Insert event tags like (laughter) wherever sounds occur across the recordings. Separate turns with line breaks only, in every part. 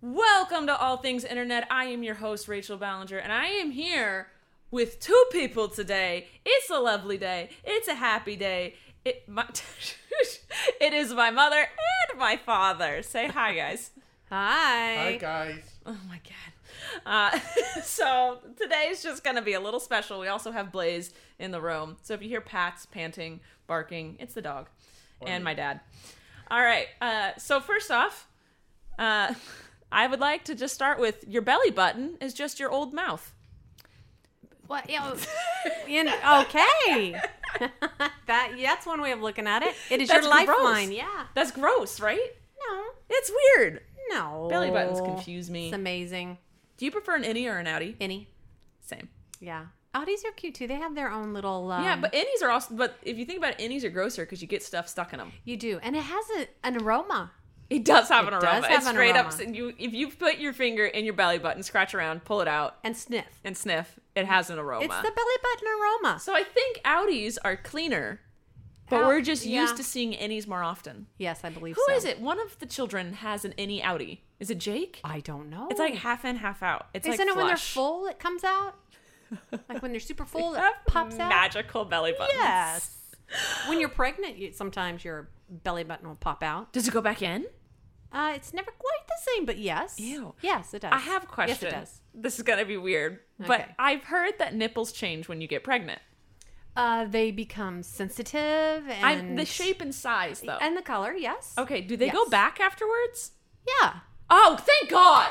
Welcome to All Things Internet. I am your host, Rachel Ballinger, and I am here with two people today. It's a lovely day. It's a happy day. It, my, (laughs) it is my mother and my father. Say hi, guys. Hi.
Hi guys.
Oh my god. Uh, (laughs) so today's just gonna be a little special. We also have Blaze in the room. So if you hear pats, panting, barking, it's the dog and my dad. All right. Uh, so first off, uh, (laughs) I would like to just start with your belly button is just your old mouth.
What?
(laughs)
You know, in, okay. (laughs) that that's one way of looking at it. It is
That's
your
gross.
lifeline. Yeah.
That's gross, right?
No.
It's weird.
No.
Belly buttons
Oh.
confuse me.
It's amazing.
Do you prefer an innie or an outie?
Any.
Same.
Yeah. Oddies are cute too. They have their own little. Um,
Yeah, but innies are also. But if you think about it, innies are grosser because you get stuff stuck in them.
you do, and it has a, an aroma.
It does have
It
an
does
aroma.
have
it's
an
straight up.
aroma.
You, if you put your finger in your belly button, scratch around, pull it out,
And sniff.
and sniff, it has an aroma.
It's the belly button aroma.
so I think outies are cleaner, but
Out-
we're just used
yeah.
to seeing innies more often.
Yes, I believe
Who
so.
is it? One of the children has an innie outie. Is it Jake?
I don't know.
It's like half in, half out. It's
Isn't
like
it when they're
flush.
full? It
(laughs)
comes out. Like when they're super full, it
Have
pops out.
Magical belly buttons.
Yes. (laughs) When you're pregnant, you, sometimes your belly button will pop out.
Does it go back in?
Uh, it's never quite the same, but yes.
Ew.
Yes, it does.
I have questions.
Yes, it does.
This is gonna be weird, but
Okay.
I've heard that nipples change when you get pregnant.
Uh, they become sensitive and
I'm the shape and size though.
and the color. Yes.
okay, do they go
Yes.
back afterwards?
Yeah.
Oh, thank God.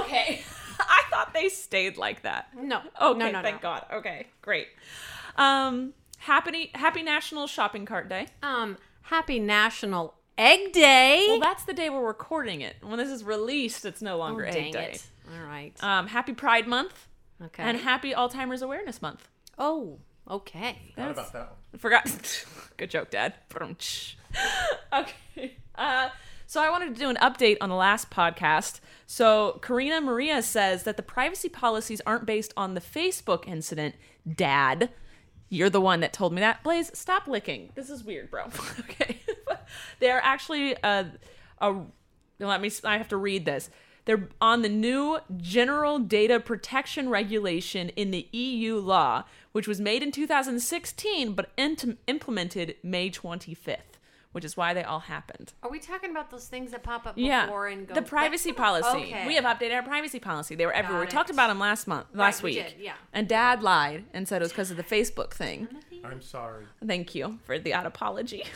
Okay, (laughs) I thought they stayed like that.
No.
Okay,
No. No.
thank
no.
God. Okay, great. Um, happy Happy National Shopping Cart Day.
Um. Happy National Egg Day.
Well, that's the day we're recording it. When this is released, it's no
oh,
longer
dang
Egg Day.
it. All right.
Um, happy Pride Month
okay.
and Happy Alzheimer's Awareness Month.
oh. Okay.
How
That's-
about that one?
Forgot. (laughs) Good joke, Dad. Brunch. okay. Uh, so I wanted to do an update on the last podcast. So Karina Maria says that the privacy policies aren't based on the Facebook incident. Dad, you're the one that told me that. Blaze, stop licking. This is weird, bro. (laughs) okay. They're actually uh, a let me i have to read this they're on the new general data protection regulation in the eu law which was made in 2016 but int- implemented may 25th which is why they all happened
Are we talking about those things that pop up
yeah
before and go
the privacy policy
Okay.
we have updated our privacy policy they were everywhere we
it.
talked about them last month last
we
week
did, yeah.
and dad lied and said it was because of the facebook thing
I'm
(laughs)
sorry.
thank you for the odd apology (laughs)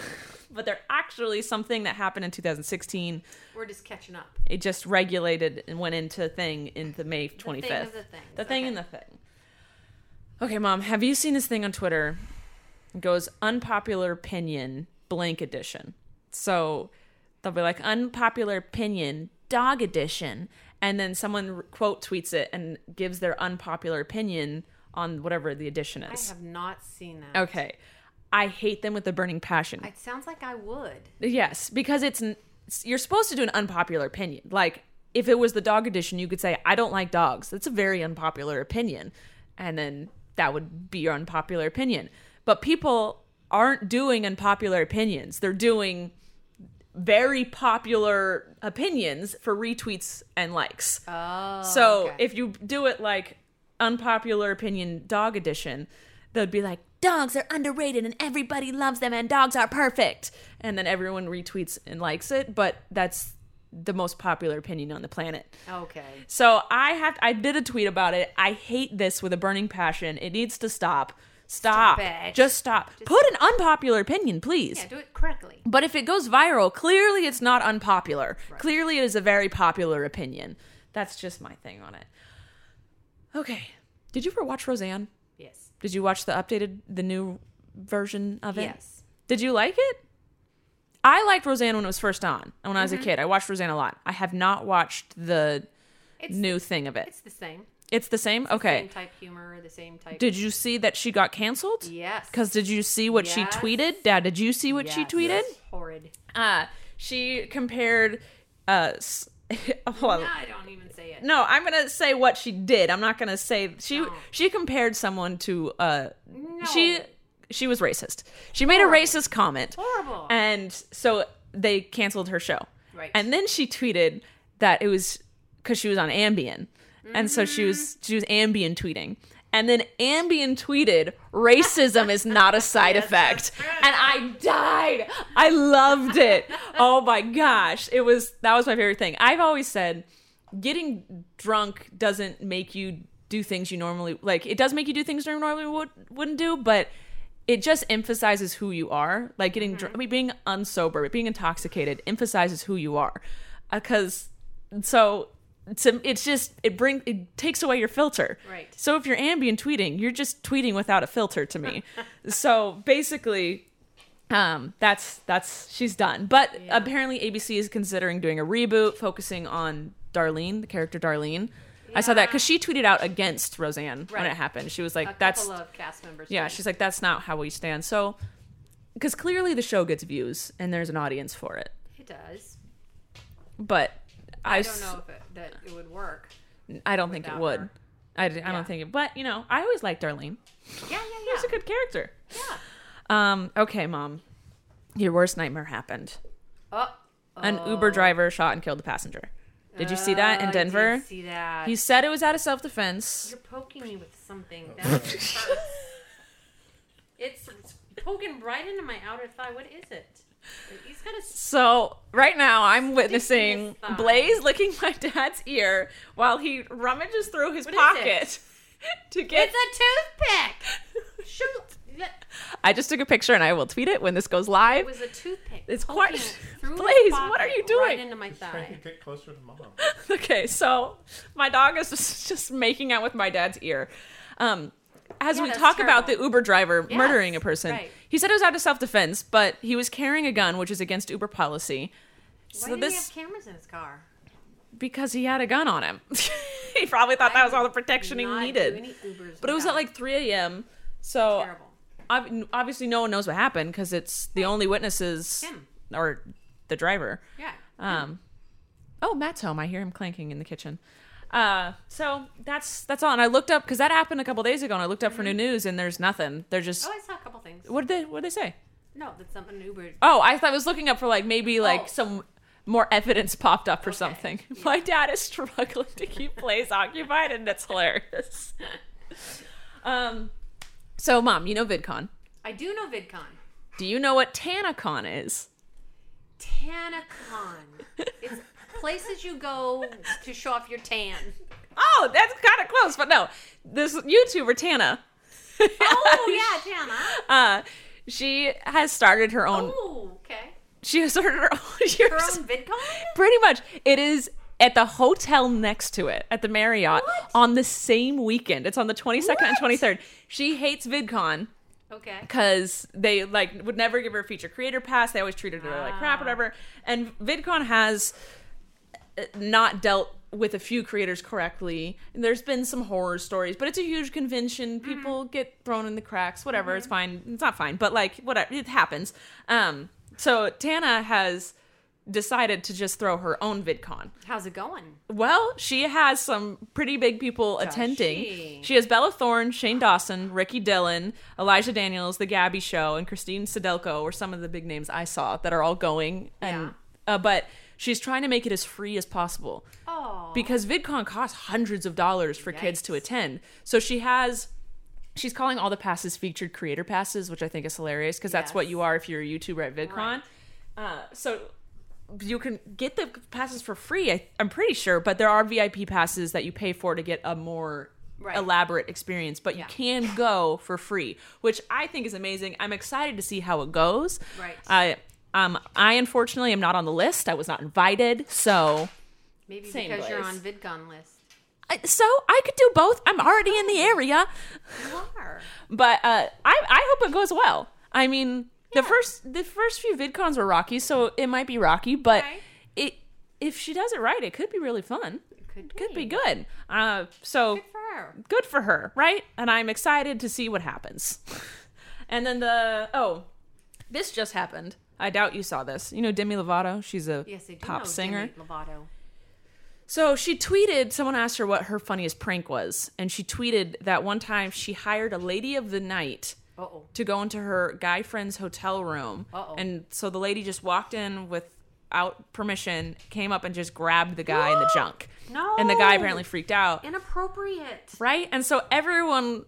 but they're actually something that happened in 2016
We're just catching up.
it just regulated and went into thing in the May 25th.
of the things,
The thing
okay.
in the thing. Okay, mom, have you seen this thing on Twitter? It goes unpopular opinion blank edition. So they'll be like unpopular opinion dog edition and then someone quote tweets it and gives their unpopular opinion on whatever the edition
I
is.
have not seen that.
Okay. I hate them with a burning passion.
It sounds like I would.
Yes, because it's n- you're supposed to do an unpopular opinion. Like if it was the dog edition, you could say I don't like dogs. That's a very unpopular opinion, and then that would be your unpopular opinion. But people aren't doing unpopular opinions. They're doing very popular opinions for retweets and likes. Oh. So
okay.
if you do it like unpopular opinion dog edition, they'd be like, dogs are underrated and everybody loves them and dogs are perfect. And then everyone retweets and likes it, but that's the most popular opinion on the planet.
Okay.
So I have I did a tweet about it. I hate this with a burning passion. It needs to stop. Stop.
Stop it.
Just stop. Put an unpopular opinion, please.
Yeah, do it correctly.
But if it goes viral, clearly it's not unpopular. Clearly it is a very popular opinion. That's just my thing on it. Okay. Did you ever watch Roseanne?
Yes.
Did you watch the updated, the new version of it?
Yes.
Did you like it?
Mm-hmm.
I liked Roseanne when it was first on, when I was a kid. I watched Roseanne a lot. I have not watched the
It's-
new thing of it.
It's the same.
It's the same?
Same
Okay.
type humor, the same type.
Did you see that she got canceled?
yes.
Because did you see what she
Yes.
tweeted? Dad, did you see what she
Yes.
tweeted?
Horrid.
Uh, she compared. Uh, s- (laughs) well,
No, I don't even say it.
Oh. no, I'm gonna say what she did. I'm not gonna say she.
No.
She compared someone to. Uh,
No.
she she was racist. She made a
Horrible.
racist comment,
horrible.
and so they canceled her show.
Right.
And then she tweeted that it was because she was on Ambien, and so she was she was Ambien tweeting. And then Ambien tweeted, "Racism is not a side effect," and I died. I loved it. Oh my gosh, it was that was my favorite thing. I've always said, getting drunk doesn't make you do things you normally like. It does make you do things you normally would, wouldn't do, but it just emphasizes who you are. Like getting drunk,
Mm-hmm.
I mean, being unsober, but being intoxicated emphasizes who you are. Because so to, it's just it bring it takes away your filter.
Right.
So if you're ambient tweeting, you're just tweeting without a filter to
(laughs)
me. so basically, um, that's that's she's done. But apparently, ABC is considering doing a reboot, focusing on Darlene, the character Darlene. I saw that because she tweeted out against Roseanne when
Right.
it happened. She was like,
a
"That's
couple of cast members.
yeah."
did.
She's like, "That's not how we stand." So, because clearly the show gets views and there's an audience for it,
It does.
but I,
I
s-
don't know if it, that it
(gasps)
would work.
I don't think it
without
would.
her.
I, d- I
Yeah.
don't think it. But you know, I always liked Darlene.
Yeah, yeah, yeah.
She's a good character.
yeah.
Um. Okay, mom. Your worst nightmare happened.
Oh,
An
oh.
Uber driver shot and killed a passenger. Did you see that
Oh,
in
I did
Denver?
see that.
He said it was out of self defense.
You're poking me with something. That hurts. it's, it's poking right into my outer thigh. What is it?
(laughs)
He's got a. s-
So right now I'm witnessing
thigh.
Blaze licking my dad's ear while he rummages through his
What is
pocket (laughs) to get. (laughs)
It's a toothpick. Shoot! That-
I just took a picture and I will tweet it when this goes
It
live.
was a toothpick.
It's
poking
quite-
through his
Blaze, what are
pocket
you
Right
doing?
into my
Trying
thigh.
to get closer to mom.
(laughs) Okay, so my dog is just, just making out with my dad's ear. Um, as
Yeah,
we
that's
talk about the
terrible.
Uber driver
Yes,
murdering a person,
right.
he said it was out of self defense, but he was carrying a gun, which is against Uber policy.
Why
so
did
this
he have cameras in his car?
because he had a gun on him. (laughs) he probably thought that was all the protection he
Not do
needed.
any Ubers
But it was
without-
at like 3 a.m. So
terrible.
ob- obviously no one knows what happened because it's the only witnesses
Him.
or the driver.
Yeah.
Um, oh, Matt's home. I hear him clanking in the kitchen. Uh, so that's that's all. And I looked up because that happened a couple days ago, and I looked up for new news, and there's nothing. They're just
Mm-hmm. Oh, I saw a couple things.
what did they what did they say?
No, that's something Uber.
Oh, I thought I was looking up for like maybe like
Oh.
some more evidence popped up or
Okay. (laughs)
something. My dad is struggling to keep place occupied, and that's hilarious. (laughs) um, so mom, you know VidCon.
I do know VidCon.
Do you know what TanaCon is?
TanaCon.
(laughs)
it's places you go to show off your tan.
Oh, that's kind of close, but no. This YouTuber Tana.
(laughs)
(laughs)
Oh yeah, Tana.
uh, she has started her own.
Oh, okay.
She has started her own.
Her own VidCon.
pretty much, it is at the hotel next to it, at the Marriott,
What?
on the same weekend. It's on the twenty second and
What?
twenty third. She hates VidCon
Okay.
because they like would never give her a feature creator pass. They always treated her like crap,
Wow.
whatever. And VidCon has uh, not dealt with a few creators correctly. And there's been some horror stories, but it's a huge convention. People get thrown in the cracks, whatever. It's fine. It's not fine, but like whatever, it happens. Um, so Tana has decided to just throw her own VidCon.
How's it going?
Well, she has some pretty big people attending.
she?
She? has Bella Thorne, Shane Dawson, Ricky Dillon, Elijah Daniels, The Gabby Show, and Christine Sedelko were some of the big names I saw that are all going. And uh, but she's trying to make it as free as possible
Oh.
because VidCon costs hundreds of dollars for kids to
Yikes.
attend. So she has she's calling all the passes featured creator passes, which I think is hilarious because that's what
Yes.
you are if you're a YouTuber at VidCon.
Right.
Uh, so you can get the passes for free, I, I'm pretty sure, but there are VIP passes that you pay for to get a more
Right.
elaborate experience, but
Yeah.
you can go for free, which I think is amazing. I'm excited to see how it goes.
Right.
I um I unfortunately am not on the list. I was not invited, so
Maybe
Same
because you're
place.
on VidCon list.
I- Uh, so I could do both. I'm already in the area,
You are.
but uh, I I hope it goes well. I mean, the first the first few VidCons were rocky, so it might be rocky, but
Okay.
it if she does it right, it could be really fun.
It Could
could be good. Uh, so
Good for her.
good for her, right? And I'm excited to see what happens. (laughs) and then the oh, this just happened. I doubt you saw this. You know Demi Lovato? She's a
Yes, I do
pop
know
singer.
Demi Lovato.
So she tweeted, someone asked her what her funniest prank was, and she tweeted that one time she hired a lady of the night
Uh oh.
to go into her guy friend's hotel room.
Uh-oh.
And so the lady just walked in without permission, came up and just grabbed the guy
(gasps)
in the junk.
No.
And the guy apparently freaked out.
inappropriate.
Right? And so everyone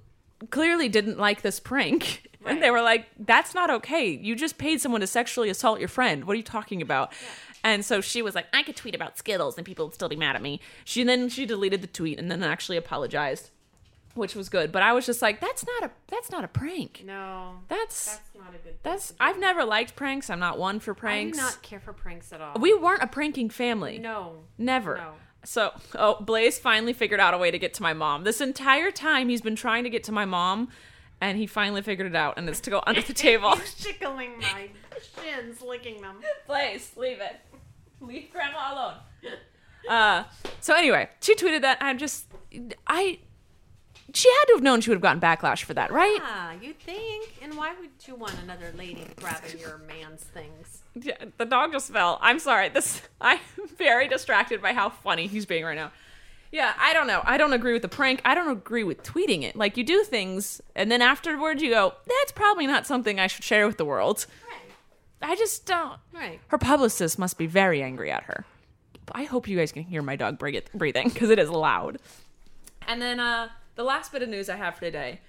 clearly didn't like this prank. (laughs) And they
Right.
were like, that's not okay. You just paid someone to sexually assault your friend. What are you talking about? And so she was like, I could tweet about Skittles and people would still be mad at me. She then she deleted the tweet and then actually apologized, which was good. But I was just like, that's not a that's not a prank.
No.
That's
That's not a good.
that's I've never liked pranks. I'm not one for
I do
pranks.
not care for pranks at all.
we weren't a pranking family.
no. (laughs)
Never.
No.
So, oh, Blaze finally figured out a way to get to my mom. This entire time he's been trying to get to my mom, and he finally figured it out, and it's to go under (laughs) the table.
He's tickling
(laughs)
my shins, licking them.
Blaze, leave it. Leave grandma alone. Uh, so anyway, she tweeted that. I'm just, I, she had to have known she would have gotten backlash for that, right?
Ah, you think? And why would you want another lady grabbing your man's things?
Yeah, the dog just fell. I'm sorry. This (laughs) I'm very distracted by how funny he's being right now. Yeah, I don't know. I don't agree with the prank. I don't agree with tweeting it. Like you do things and then afterward you go, that's probably not something I should share with the world.
Right.
I just don't.
Right.
Her publicist must be very angry at her. I hope you guys can hear my dog breath- breathing because it is loud. And then uh the last bit of news I have for today.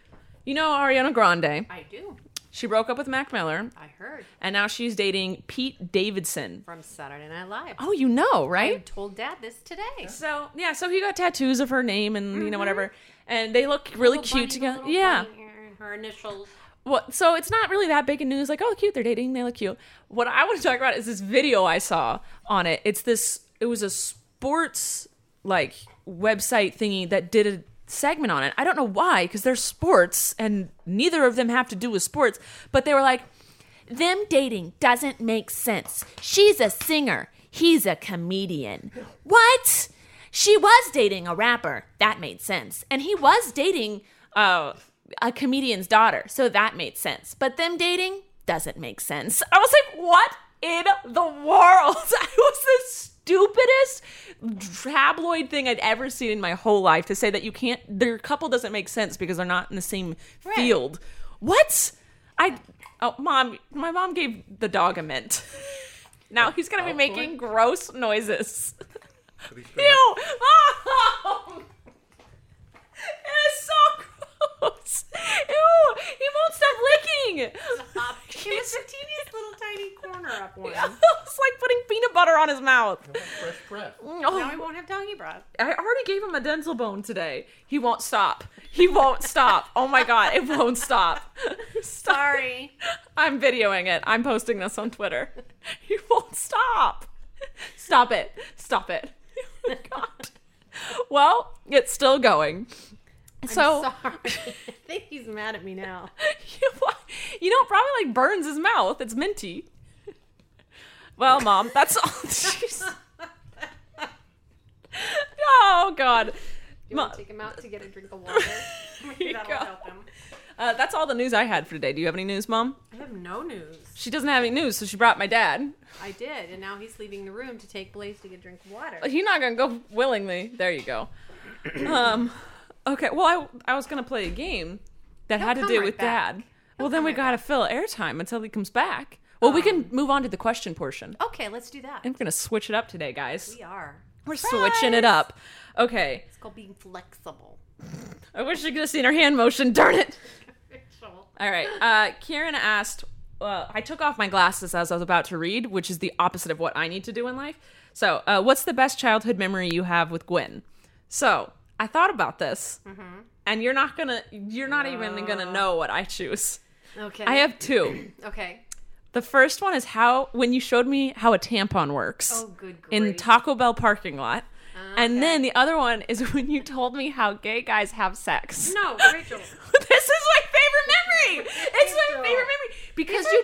You know Ariana Grande.
I do.
She broke up with Mac Miller
I heard
and now she's dating Pete Davidson.
from Saturday Night Live.
Oh, you know,
I
right?
told Dad this today.
So yeah, so he got tattoos of her name and you know whatever, and they look really
Little bunny,
cute
the
together.
little
Yeah.
bunny ear and Her initials.
(laughs) Well, so it's not really that big a news. Like, oh, cute, they're dating. They look cute. What I want to talk about is this video I saw on it. It's this. It was a sports like website thingy that did a segment on it. I don't know why, because they're sports, and neither of them have to do with sports. But they were like, them dating doesn't make sense. She's a singer. He's a comedian. What? She was dating a rapper. That made sense. And he was dating uh, a comedian's daughter. So that made sense. But them dating doesn't make sense. I was like, what in the world? (laughs) I was the stupidest tabloid thing I'd ever seen in my whole life to say that you can't, their couple doesn't make sense because they're not in the same
Right.
field. What? I oh mom, my mom gave the dog a mint. (laughs) Now he's gonna be making gross noises. Ew!
(laughs)
(laughs) Mom! It is so gross. Ew! He won't stop licking. (laughs)
Up. It was the teeniest little tiny corner up one.
it's like putting peanut butter on his mouth.
Fresh breath.
Now
Oh,
I won't have doggy breath.
I already gave him a dental bone today. He won't stop. He won't stop. Oh my god, it won't stop. (laughs) Stop.
Sorry.
I'm videoing it. I'm posting this on Twitter. (laughs) He won't stop. Stop it. Stop it. (laughs) Oh, God. Well, it's still going. So
Sorry. (laughs) I think he's mad at me now.
(laughs) you know, it probably like burns his mouth. It's minty. Well, mom, that's all. (laughs) Jeez. Oh God.
You
Ma-
want to take him out to get a drink of
(laughs)
water?
you
That'll
go.
help him.
Uh, that's all the news I had for today. Do you have any news, mom?
I have no news.
She doesn't have any news, so she brought my dad.
I did, and now he's leaving the room to take Blaze to get a drink of water.
He's not gonna go willingly. There you go. Um, okay. Well, I I was gonna play a game that had to
come
do
right
with
back.
Dad. well, then
come
we
right Oh.
gotta fill airtime until he comes back. Well, we can move on to the question portion.
Okay, let's do that.
I'm gonna switch it up today, guys.
We are.
We're switching it up. Okay.
It's called being flexible.
I wish you could have seen her hand motion. Darn it.
Rachel.
All right. Uh, Kieran asked. Uh, I took off my glasses as I was about to read, which is the opposite of what I need to do in life. So, uh, what's the best childhood memory you have with Gwen? So, I thought about this,
Mm-hmm.
and you're not gonna, you're not even gonna know what I choose.
Okay.
I have
(clears throat)
two.
Okay.
the first one is how when you showed me how a tampon works
Oh, good grief.
in Taco Bell parking lot.
Okay.
And then the other one (laughs) is when you told me how gay guys have sex.
No, Rachel.
this is my favorite memory.
(laughs)
It's my favorite memory because
These are
you.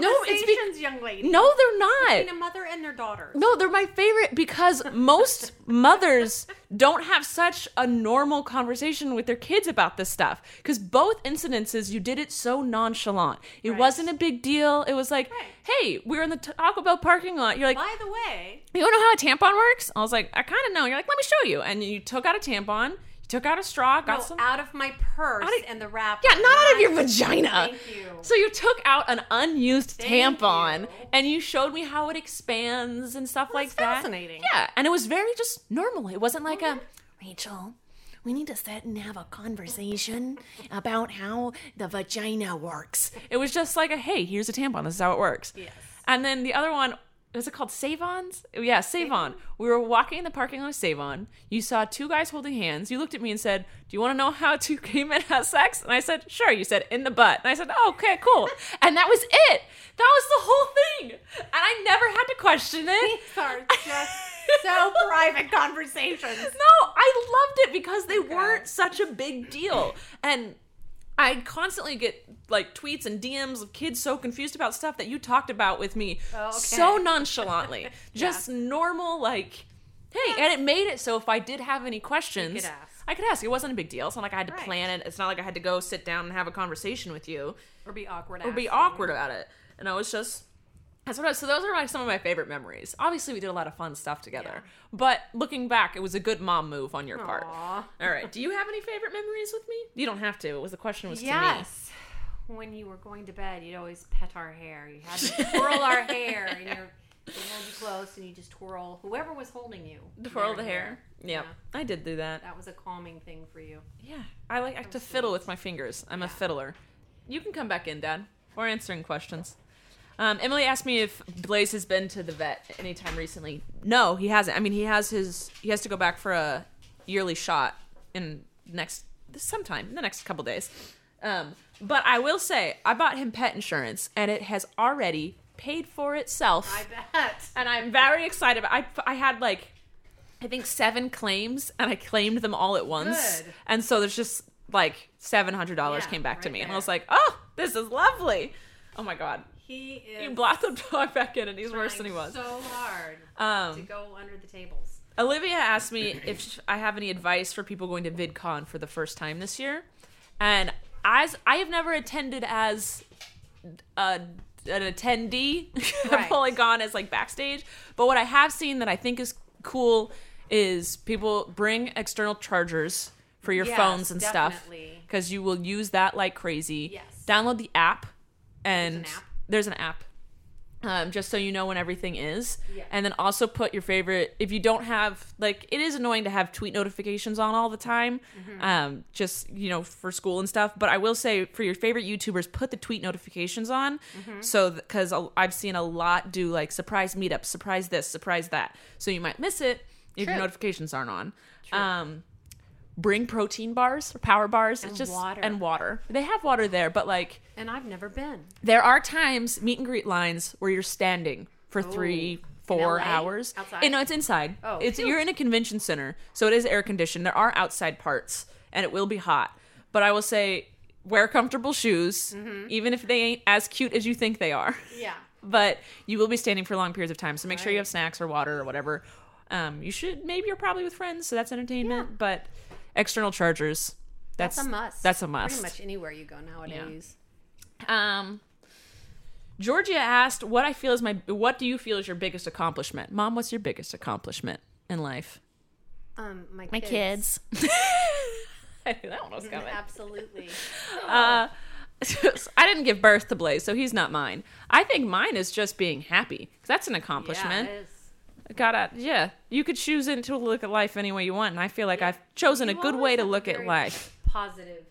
(laughs) No, it's
conversations,
be-
young lady.
No, they're not.
Between a mother and their daughter.
No, they're my favorite because most mothers don't have such a normal conversation with their kids about this stuff. Because both incidences, you did it so nonchalant. It
Right.
wasn't a big deal. It was like,
Right.
hey, we're in the Taco Bell parking lot. You're like,
By the way,
you don't know how a tampon works? I was like, I kind of know. You're like, let me show you. And you took out a tampon, you took out a straw, got
no,
some.
out of my purse
Out of-
and the wrap.
e- Yeah, not out of your vagina.
Thank you.
So you took out an unused
Thank
tampon
you.
and you showed me how it expands and stuff like
that's
that.
fascinating. Oh,
Yeah, and it was very just normal. It wasn't like a Rachel. We need to sit and have a conversation about how the vagina (laughs) works. It was just like a hey, here's a tampon. This is how it works.
Yes.
And then the other one, is it called Savons? Yeah, Savon. We were walking in the parking lot of Savon. You saw two guys holding hands. You looked at me and said, Do you want to know how two (laughs) gay men have sex? And I said, Sure. You said, In the butt. And I said, oh, Okay, cool. and that was it. That was the whole thing. And I never had to question it.
These are just so private conversations.
No, I loved it because they
Okay.
weren't such a big deal. And I constantly get like tweets and DMs of kids so confused about stuff that you talked about with me
Oh, okay.
so
(laughs)
nonchalantly. Just normal, like, hey, and it made it so if I did have any questions,
ask.
I could ask. It wasn't a big deal. It's not like I had to
Right.
plan it. It's not like I had to go sit down and have a conversation with you
Or be awkward.
or be
asking.
awkward about it. And I was just that's what I, so those are like some of my favorite memories. Obviously, we did a lot of fun stuff together,
Yeah.
but looking back, it was a good mom move on your part.
Aw.
All right, do you have any favorite memories with me? You don't have to. It was the question was
Yes. When you were going to bed, you'd always pet our hair. You had to twirl
(laughs)
our hair, and you're, they'd hold you close, and you just twirl whoever was holding you.
to me. Twirl
their
the hair. Yep, I did do that.
That was a calming thing for you.
Yeah, I like I have to fiddle with my fingers. I'm a fiddler. You can come back in, Dad. We're answering questions. Um, Emily asked me if Blaze has been to the vet anytime recently. No, he hasn't. I mean, he has his he has to go back for a yearly shot in next sometime in the next couple days. Um, but I will say I bought him pet insurance, and it has already paid for itself
I bet.
and I'm very excited. about- I I had like I think seven claims, and I claimed them all at once.
Good.
And so there's just like seven hundred dollars
Yeah,
came back to
right
me, and I was
there.
like, oh, this is lovely. Oh my god,
He
you
is
blast (laughs) the dog back in, and he's worse than he was.
trying So hard to
Um,
go under the tables.
Olivia asked me if I have any advice for people going to VidCon for the first time this year, and as I have never attended as a, an attendee, (laughs) I've
Right.
only gone as like backstage. But what I have seen that I think is cool is people bring external chargers for your
Yes,
phones and stuff
definitely.
because you will use that like crazy.
Yes.
Download the app, and
There's an app?
there's an app um, just so you know when everything is.
Yeah.
And then also put your favorite. If you don't have like, it is annoying to have tweet notifications on all the time,
Mm-hmm.
um, just you know for school and stuff. But I will say for your favorite YouTubers, put the tweet notifications on,
Mm-hmm.
so because I've seen a lot do like surprise meetups, surprise this, surprise that. So you might miss it if your
True.
notifications aren't on. Um, bring protein bars or power bars.
And
it's just
water.
and water. They have water there, but like
And I've never been.
there are times meet and greet lines where you're standing for three, four
LA?
hours.
Outside?
And no, it's inside.
Oh,
it's
phew.
you're in a convention center, so it is air conditioned. There are outside parts, and it will be hot. But I will say, wear comfortable shoes,
Mm-hmm.
even if they ain't as cute as you think they are. (laughs)
Yeah.
but you will be standing for long periods of time, so make sure you
Right.
have snacks or water or whatever. Um, you should maybe you're probably with friends, so that's entertainment. But external chargers, that's,
That's a must.
That's a must.
Pretty much anywhere you go nowadays.
Um, Georgia asked, "What I feel is my what do you feel is your biggest accomplishment, Mom? What's your biggest accomplishment in life?
Um, my,
(laughs)
Mm,
I knew that one was coming.
Absolutely.
(laughs) I didn't give birth to Blaze, so he's not mine. I think mine is just being happy. 'cause That's an accomplishment.
Yeah, it is.
Gotta, yeah. You could choose in to look at life any way you want, and I feel like I've chosen a
You
good
always
way to
have a
look at
very Oh.
life.
Positive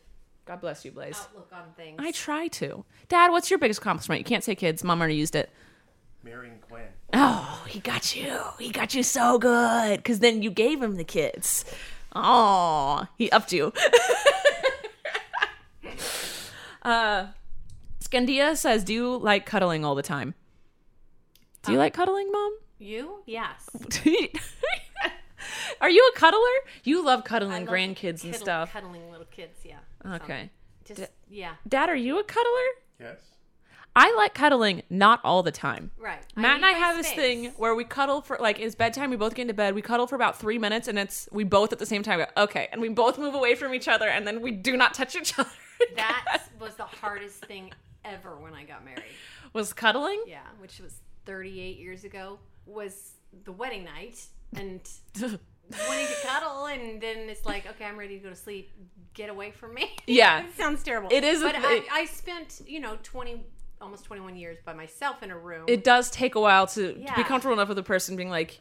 God bless you, Blaze.
outlook on things.
I try to. Dad, what's your biggest accomplishment? You can't say kids. Mom already used it.
Marrying Gwen.
Oh, he got you. He got you so good. Because then you gave him the kids. Oh, he upped you. (laughs) uh, Scandia says, Do you like cuddling all the time? Do you like cuddling, Mom?
you? Yes.
Are you a cuddler? You love cuddling
I love
grandkids and
cuddle-
stuff.
Cuddling little kids, yeah. So,
Okay.
Just yeah.
Dad, are you a cuddler?
Yes.
I like cuddling, not all the time.
Right.
Matt and I
need my
have this
space.
thing where we cuddle for like it's bedtime. We both get into bed. We cuddle for about three minutes, and it's we both at the same time go okay, and we both move away from each other, and then we do not touch each (laughs) other. (laughs)
That was the hardest thing ever when I got married.
was cuddling.
Yeah, which was 38 years ago. Was the wedding night and wanting to cuddle, and then it's like, okay, I'm ready to go to sleep. Get away from me.
(laughs) yeah,
It sounds terrible.
It is a
But
thi-
I, I spent you know 20, almost 21 years by myself in a room.
it does take a while to, to be
Yeah.
comfortable enough with a person being like,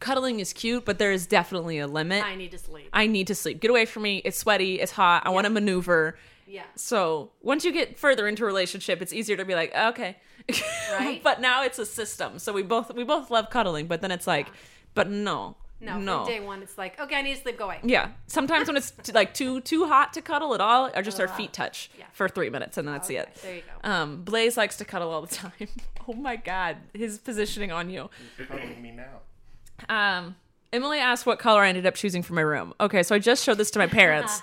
cuddling is cute, but there is definitely a limit.
I need to sleep.
I need to sleep. Get away from me. It's sweaty. It's hot. I want to maneuver.
yeah.
So once you get further into a relationship, it's easier to be like, okay. (laughs)
Right.
but now it's a system. So we both we both love cuddling, but then it's like, but no.
No, from
No.
day one, it's like, okay, I need to sleep. Go away.
Yeah. Sometimes when it's t- like too too hot to cuddle at all, or just our feet touch for three minutes and then that's
Okay,
it.
there you go.
Um, Blaze likes to cuddle all the (laughs) time. Oh my god, his positioning on you.
You're cuddling me now.
Um, Emily asked what color I ended up choosing for my room. Okay, so I just showed this to my parents.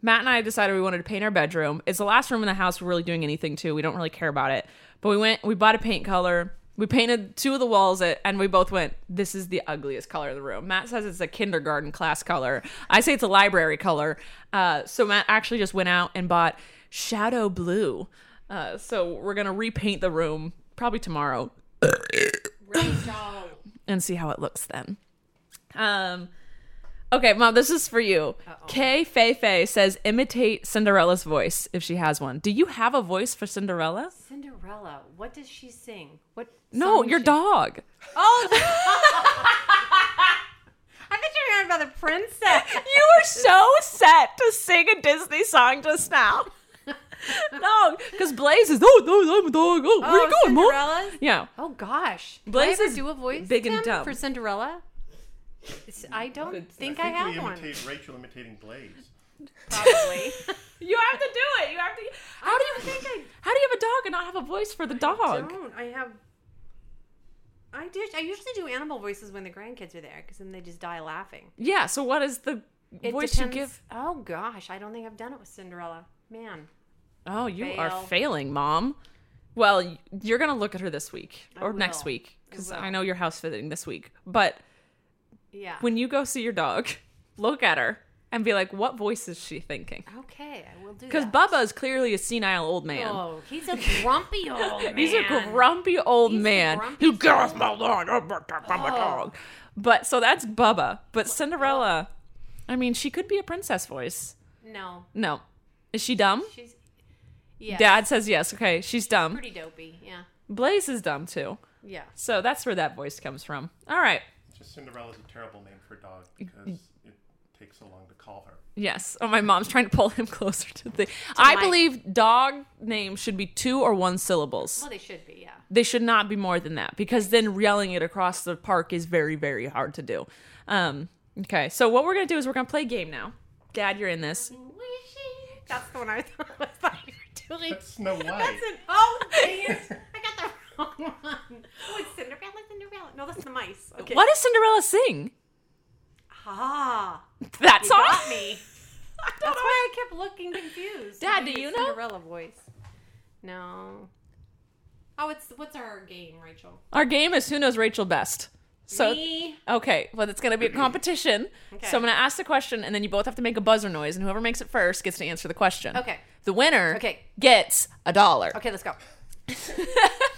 Matt and I decided we wanted to paint our bedroom. It's the last room in the house we're really doing anything to. We don't really care about it. But we went, we bought a paint color. We painted two of the walls, it, and we both went, This is the ugliest color of the room. Matt says it's a kindergarten class color. I say it's a library color. Uh, so Matt actually just went out and bought shadow blue. Uh, so we're going to repaint the room probably tomorrow (laughs)
Rachel.
and see how it looks then. Um, okay, mom, this is for you. Kay Fei Fei says, imitate Cinderella's voice if she has one. Do you have a voice for Cinderella?
Cinderella. What does she sing? What?
No,
song
your (laughs)
she-
dog.
Oh. the- I thought you were talking about the
(laughs)
princess. (laughs)
You were so set to sing a Disney song just (laughs) now. no, because Blaze is oh no, I'm a dog. Oh, where
Oh,
you going, mom?
Cinderella's?
Yeah.
Oh gosh, Did
Blaze
I
is
ever do a voice
big and
Tim,
dumb.
for Cinderella? It's- I don't think
think
I,
we
have one.
imitate Rachel imitating Blaze.
Probably.
(laughs) You have to do it. You have to. How do you think? I, how do you have a dog and not have a voice for the dog?
don't. I have. I do. I usually do animal voices when the grandkids are there because then they just die laughing.
Yeah. So what is the voice you give?
Oh gosh, I don't think I've done it with Cinderella. Man,
Oh, you
Fail.
are failing, mom. Well, y- you're gonna look at her this week
I
or next
will.
week because
will.
I know you're house visiting this week. But
yeah.
when you go see your dog, (laughs) look at her and be like, "What voice is she thinking?"
okay, I will do.
Because
that.
Bubba is clearly a senile old man.
Oh, he's a grumpy
(laughs)
old man.
He's a grumpy old
He's a
man
grumpy Oh.
who get off Oh, my lawn. I'm a I'm a dog. But so that's Bubba. But Cinderella, I mean, she could be a princess voice.
No,
No, is she dumb?
she's. Yeah.
Dad says yes. Okay, she's dumb.
Pretty dopey. Yeah.
Blaze is dumb too.
Yeah.
So that's where that voice comes from. All right.
Just Cinderella's a terrible name for a
(laughs)
dog because it takes so long to call her.
Yes. Oh, my mom's trying to pull him (laughs) closer to the. I
my-
believe dog names should be two or one syllables.
Well, they should be. Yeah.
They should not be more than that because then yelling it across the park is very, very hard to do. Um, okay. So what we're gonna do is we're gonna play a game now. Dad, you're in this.
That's the one I thought (laughs) I thought you were doing.
That's Snow White.
That's an oh
(laughs)
dang it. I got the (laughs) wrong one. Oh, it's Cinderella, Cinderella. No, that's the mice. Okay.
What does Cinderella sing?
Ah,
That
you
song.
got me.
(laughs) I don't
That's
know.
why I kept looking confused.
Dad,
Maybe
do you
it's
know?
Cinderella voice? No. Oh, it's what's our game, Rachel?
Our game is who knows Rachel best. So
Me.
Okay, well, it's going to be a competition.
Okay.
So I'm going to ask the question, and then you both have to make a buzzer noise, and whoever makes it first gets to answer the question.
Okay.
The winner
Okay.
gets a dollar.
Okay, let's go.
(laughs)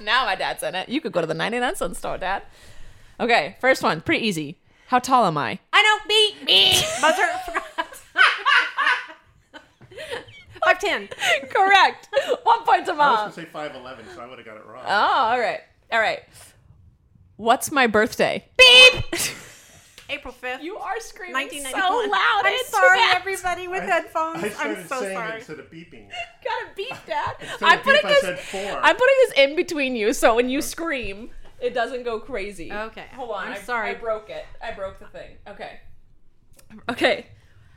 now my dad's in it. You could go to the 99 cent store, Dad. Okay, first one, pretty easy. How tall am I?
I know. Me. Me. Buzzer. I forgot. Five ten.
(laughs) Correct. one point to
I was gonna
mom.
say five eleven, so I would have got it wrong.
Oh, all right. All right. What's my birthday? Beep!
April
(laughs)
fifth.
you are screaming so
1991.
loud.
I'm
into
sorry,
that.
everybody with
I-
headphones.
I
I'm
started
so
saying it
sorry.
instead of
(laughs)
beeping.
Got a beep, Dad.
Instead
I'm
of
putting
beep, I
this.
said four.
I'm putting this in between you, so when you scream, it doesn't go crazy.
Okay.
Hold on.
I'm
I-
sorry.
I broke it. I broke the thing. Okay. Okay.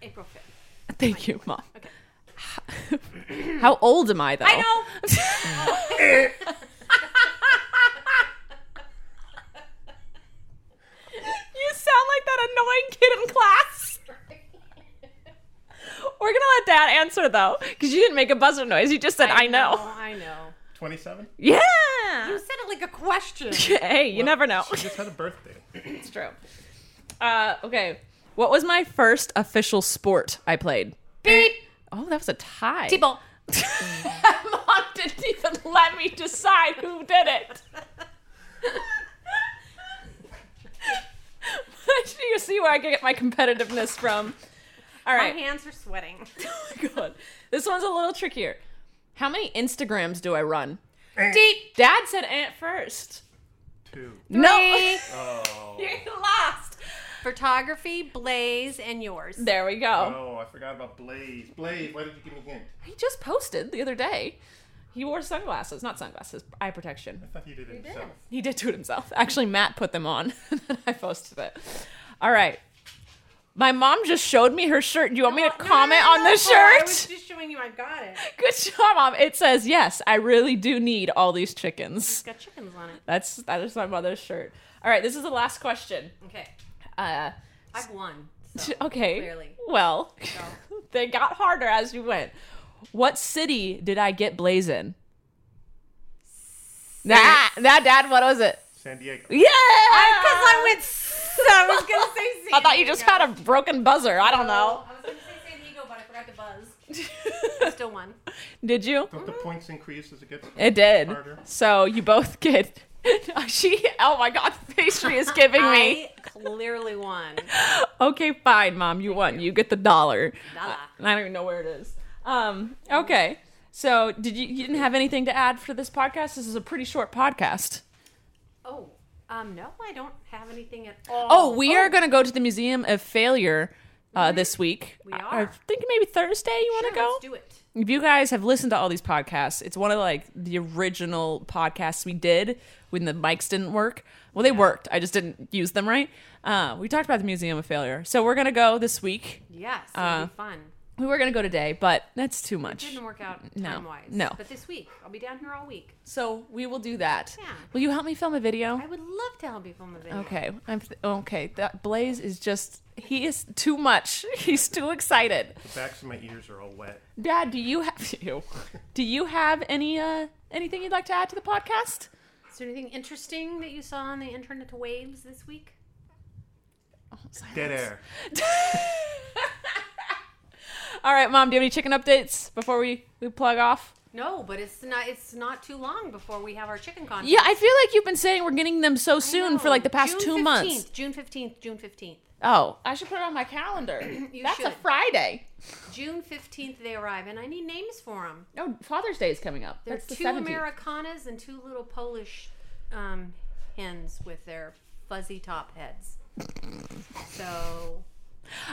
April fifth.
Thank you, mom.
Okay.
How old am I though?
I
(laughs)
know.
you sound like that annoying kid in class. We're gonna let bad answer though, because you didn't make a buzzer noise. You just said, "I, know.
Oh, I know.
27?
(laughs)
You
Yeah.
said it like
(laughs)
a question.
Hey, you never know.
She just had a birthday.
It's true. Uh, okay. What was my first official sport I played?
Beep.
Oh, that was a tie.
T-ball.
(laughs) Mom didn't even let me decide who did it. (laughs) Do you see where I get my competitiveness from? All
My
right. (laughs)
hands are sweating.
Oh my god. This one's a little trickier. How many Instagrams do I run?
Deep.
Dad said ant first.
Two.
No.
Oh.
You're lost.
Photography, Blaze, and yours.
There we go.
Oh, I forgot about Blaze. Blaze, why did you give me a hint?
He just posted the other day. He wore sunglasses, not sunglasses, eye protection.
I thought you did it yourself.
He did do it himself. Actually, Matt put them on. (laughs) I posted it. All right. My mom just showed me her shirt. Do you want me to
No, no,
comment
no,
on
no,
the
no, I
shirt?
was just showing you I got it. It's
(laughs) Good job, mom. It says, "Yes, I really do need all these chickens."
got chickens on it.
That's that is my mother's shirt. All right, this is the last question.
Okay.
Uh,
I've won.
t-
So,
okay.
Clearly.
Well,
So,
(laughs) they got harder as you went. What city did I get blaze in? Nah, nah, Dad. What was it?
San Diego.
Yeah, because
because I went. So I (laughs) was gonna say.
(laughs)
San
I thought you just
Diego.
had a broken buzzer. I don't know.
I was gonna say San Diego, but I forgot to buzz. Still won.
(laughs) did you?
Don't the points increase as it gets
It did.
harder?
So you both get. (laughs) she. Oh my God, the pastry is giving me.
I clearly won.
Okay, fine, mom. You won. You get the dollar.
Dollar.
I don't even know where it is. Um. Okay. So did you? You didn't have anything to add for this podcast? This is a pretty short podcast.
Oh, um, no, I don't have anything at all.
Oh, we are going to go to the Museum of Failure uh, this week.
We
I- I
are.
think maybe Thursday. You want
Sure,
to go?
Let's do it.
if you guys have listened to all these podcasts, it's one of like the original podcasts we did when the mics didn't work. Well, they worked. I just didn't use them right. Uh, we talked about the Museum of Failure, so we're gonna go this week.
Yes,
Uh,
it'll be fun.
We were gonna go today, but that's too much.
Didn't work out
no,
time wise.
no.
But this week, I'll be down here all week.
So we will do that.
Yeah.
Will you help me film a video?
I would love to help you film a video.
Okay. I'm th- okay. That Blaze is just he is too much. (laughs) He's too excited.
The backs of my ears are all wet.
Dad, do (laughs) you have you? Do you have any uh anything you'd like to add to the podcast?
Is there anything interesting that you saw on the internet waves this week?
Dead air.
All right, mom. Do you have any chicken updates before we we plug off?
No, but it's not. It's not too long before we have our chicken contest.
Yeah, I feel like you've been saying we're getting them so
I
soon for
know.
like the past
June
two
15th,
months.
June fifteenth. June fifteenth.
Oh, I should put it on my
(clears throat)
calendar. That's a
should.
Friday.
June fifteenth they arrive, and I need names for them.
No, Father's Day is coming up.
There are
That's the
two
17th.
Americanas and two little Polish um, hens with their fuzzy top heads. So,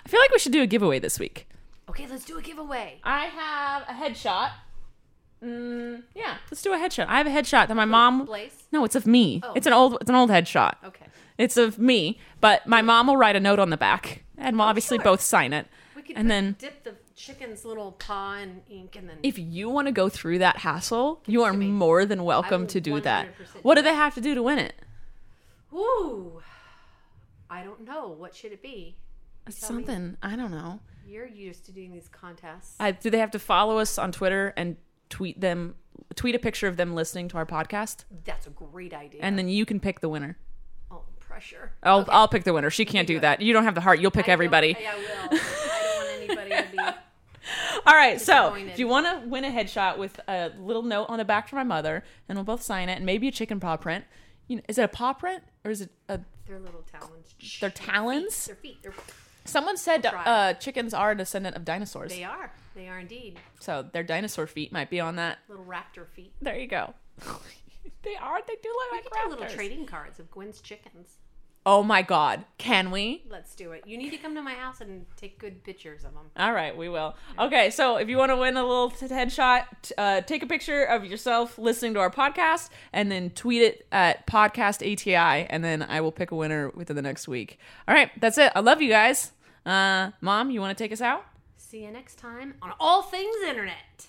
I feel like we should do a giveaway this week.
okay, let's do a giveaway.
I have a headshot. Mm, yeah, let's do a headshot. I have a headshot that my mom.
Blaze. Oh.
No, it's of me. It's an old. It's an old headshot.
Okay,
It's of me, but my mom will write a note on the back, and we'll obviously
Oh, sure.
both sign it.
we could
And
put-
then-
dip the chicken's little paw in ink, and then
If you want to go through that hassle, you are
me.
more than
I
welcome
will
to do that.
100%
What
do
do they have to do to win it?
ooh, I don't know what should it be. me.
Something I don't know.
You're used to doing these contests.
I, do they have to follow us on Twitter and tweet them, tweet a picture of them listening to our podcast,
That's a great idea.
and then you can pick the winner.
oh, pressure.
I'll I'll pick the winner. She can't do that. You don't have the heart. You'll pick
I don't-
everybody.
I, I will. I don't want anybody to be.
(laughs) All right, so
disappointed.
if you want to win a headshot with a little note on the back for my mother, and we'll both sign it, and maybe a chicken paw print. You know, is it a paw print or is it a,
Their little talons.
their talons?
Their feet. Their,
Someone said
Try.
uh, chickens are a descendant of dinosaurs,
they are. They are indeed.
so their dinosaur feet might be on that.
Little raptor feet.
There you (laughs) go. they are. They do look
We
like
could do little
raptors.
trading cards of Gwen's chickens.
Oh my God! Can we?
Let's do it. You need to come to my house and take good pictures of them.
All right, we will. Okay, so if you want to win a little t- headshot, t- uh, take a picture of yourself listening to our podcast and then tweet it at podcast ATI, and then I will pick a winner within the next week. All right, that's it. I love you guys. Uh, Mom, you want to take us out?
See you next time on All Things Internet.